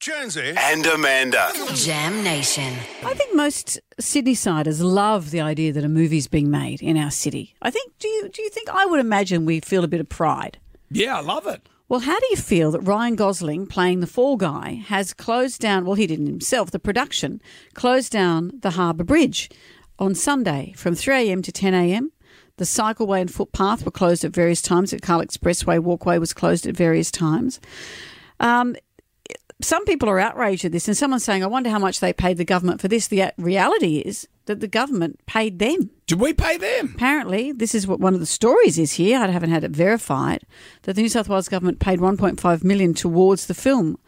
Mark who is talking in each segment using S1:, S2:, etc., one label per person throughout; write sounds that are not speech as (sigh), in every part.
S1: Jonesy.
S2: and Amanda.
S3: Jam Nation.
S4: I think most Sydney siders love the idea that a movie's being made in our city. I think do you do you think I would imagine we feel a bit of pride.
S5: Yeah, I love it.
S4: Well, how do you feel that Ryan Gosling playing the fall guy has closed down well he didn't himself, the production closed down the harbour bridge on Sunday from three AM to ten AM. The cycleway and footpath were closed at various times. The Carl Expressway walkway was closed at various times. Um, some people are outraged at this, and someone's saying, I wonder how much they paid the government for this. The a- reality is that the government paid them.
S5: Did we pay them?
S4: Apparently, this is what one of the stories is here. I haven't had it verified that the New South Wales government paid 1.5 million towards the film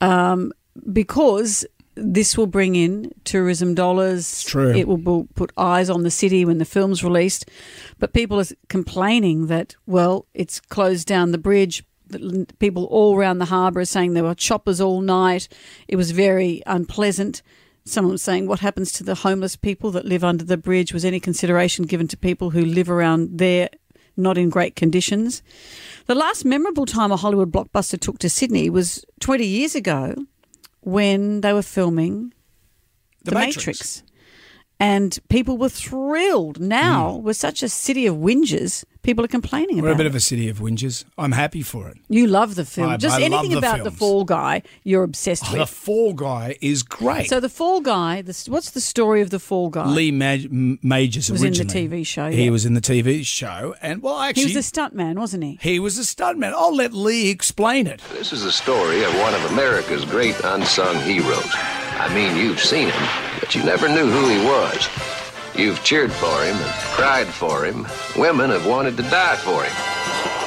S4: um, because this will bring in tourism dollars.
S5: true.
S4: It will bu- put eyes on the city when the film's released. But people are complaining that well, it's closed down the bridge. that l- People all around the harbour are saying there were choppers all night. It was very unpleasant. Someone was saying, "What happens to the homeless people that live under the bridge? Was any consideration given to people who live around there, not in great conditions?" The last memorable time a Hollywood blockbuster took to Sydney was 20 years ago when they were filming The, Matrix. And people were thrilled. Now, we're such a city of whingers, people are complaining
S5: Mm. We're a
S4: about
S5: bit
S4: it.
S5: of a city of whingers. I'm happy for it.
S4: you love the film.
S5: I-
S4: Just
S5: I love
S4: anything
S5: the
S4: about the
S5: films.
S4: Fall Guy, you're obsessed
S5: The
S4: with.
S5: Fall Guy is great.
S4: So, the Fall Guy, the, what's the story of the Fall Guy?
S5: Lee Mag- M- Majors
S4: Was in the
S5: originally.
S4: TV show,
S5: He
S4: yeah.
S5: was in the TV show, and well,
S4: he
S5: actually,
S4: was a stuntman, wasn't he?
S5: he was a stuntman. I'll let Lee explain it.
S6: This is the story of one of America's great unsung heroes. I mean, you've seen him, but you never knew who he was. You've cheered for him and cried for him. Women have wanted to die for him.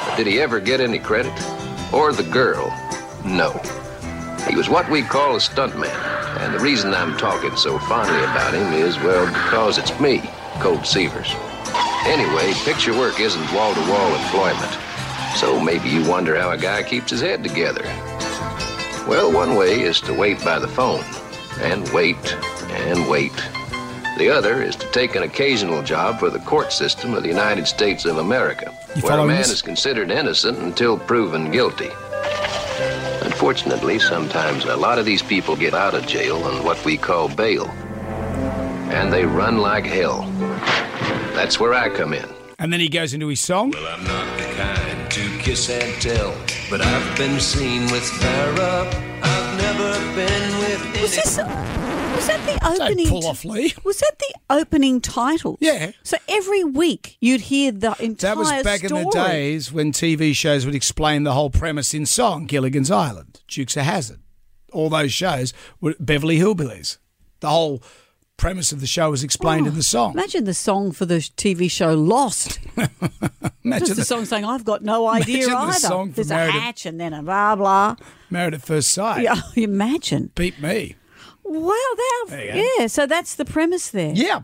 S6: But did he ever get any credit? Or the girl? No. He was what we call a stuntman. And the reason I'm talking so fondly about him is, well, because it's me, Colt Seavers. Anyway, picture work isn't wall to wall employment. So maybe you wonder how a guy keeps his head together. Well, one way is to wait by the phone, and wait, and wait. The other is to take an occasional job for the court system of the United States of America,
S5: You
S6: where a
S5: following
S6: man
S5: this?
S6: is considered innocent until proven guilty. Unfortunately, sometimes a lot of these people get out of jail on what we call bail, and they run like hell. That's where I come in.
S5: And then he goes into his song.
S4: uh,
S7: I'm not the kind to kiss and tell, but I've been seen with Farrah. I've never been with
S4: Was this. Was that the
S5: Don't
S4: opening?
S5: pull off, Lee.
S4: Was that the opening title?
S5: Yeah.
S4: So every week you'd hear the entire
S5: That was back in the
S4: story.
S5: days when TV shows would explain the whole premise in song. Gilligan's Island, Dukes of Hazard, all those shows were Beverly Hillbillies. The whole premise of the show was explained in the song.
S4: Oh, Imagine the song for the TV show Lost.
S5: Imagine
S4: Just the
S5: the
S4: song saying, I've got no idea
S5: Imagine the
S4: either.
S5: song for
S4: There's a
S5: Meredith.
S4: hatch and then a blah, blah.
S5: Married at First Sight.
S4: Yeah, (laughs) imagine.
S5: Beat me.
S4: Wow,
S5: There
S4: that,
S5: you
S4: yeah, so that's the premise there.
S5: Yeah.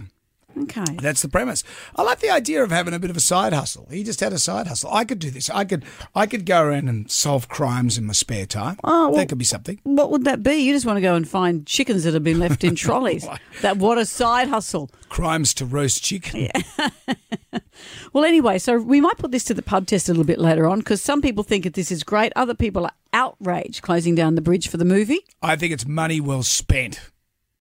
S4: Okay.
S5: That's the premise. I like the idea of having a bit of a side hustle. He just had a side hustle. I could do this. I could I could go around and solve crimes in my spare time.
S4: Oh, well-
S5: that could be something.
S4: What would that be? You just want to go and find chickens that have been
S5: (laughs)
S4: left in trolleys. that what a side hustle.
S5: Crimes to roast chicken.
S4: Well, anyway, so we might put this to the pub test a little bit later on because some people think that this is great. Other people are outraged closing down the bridge for the movie.
S5: I think it's money well spent.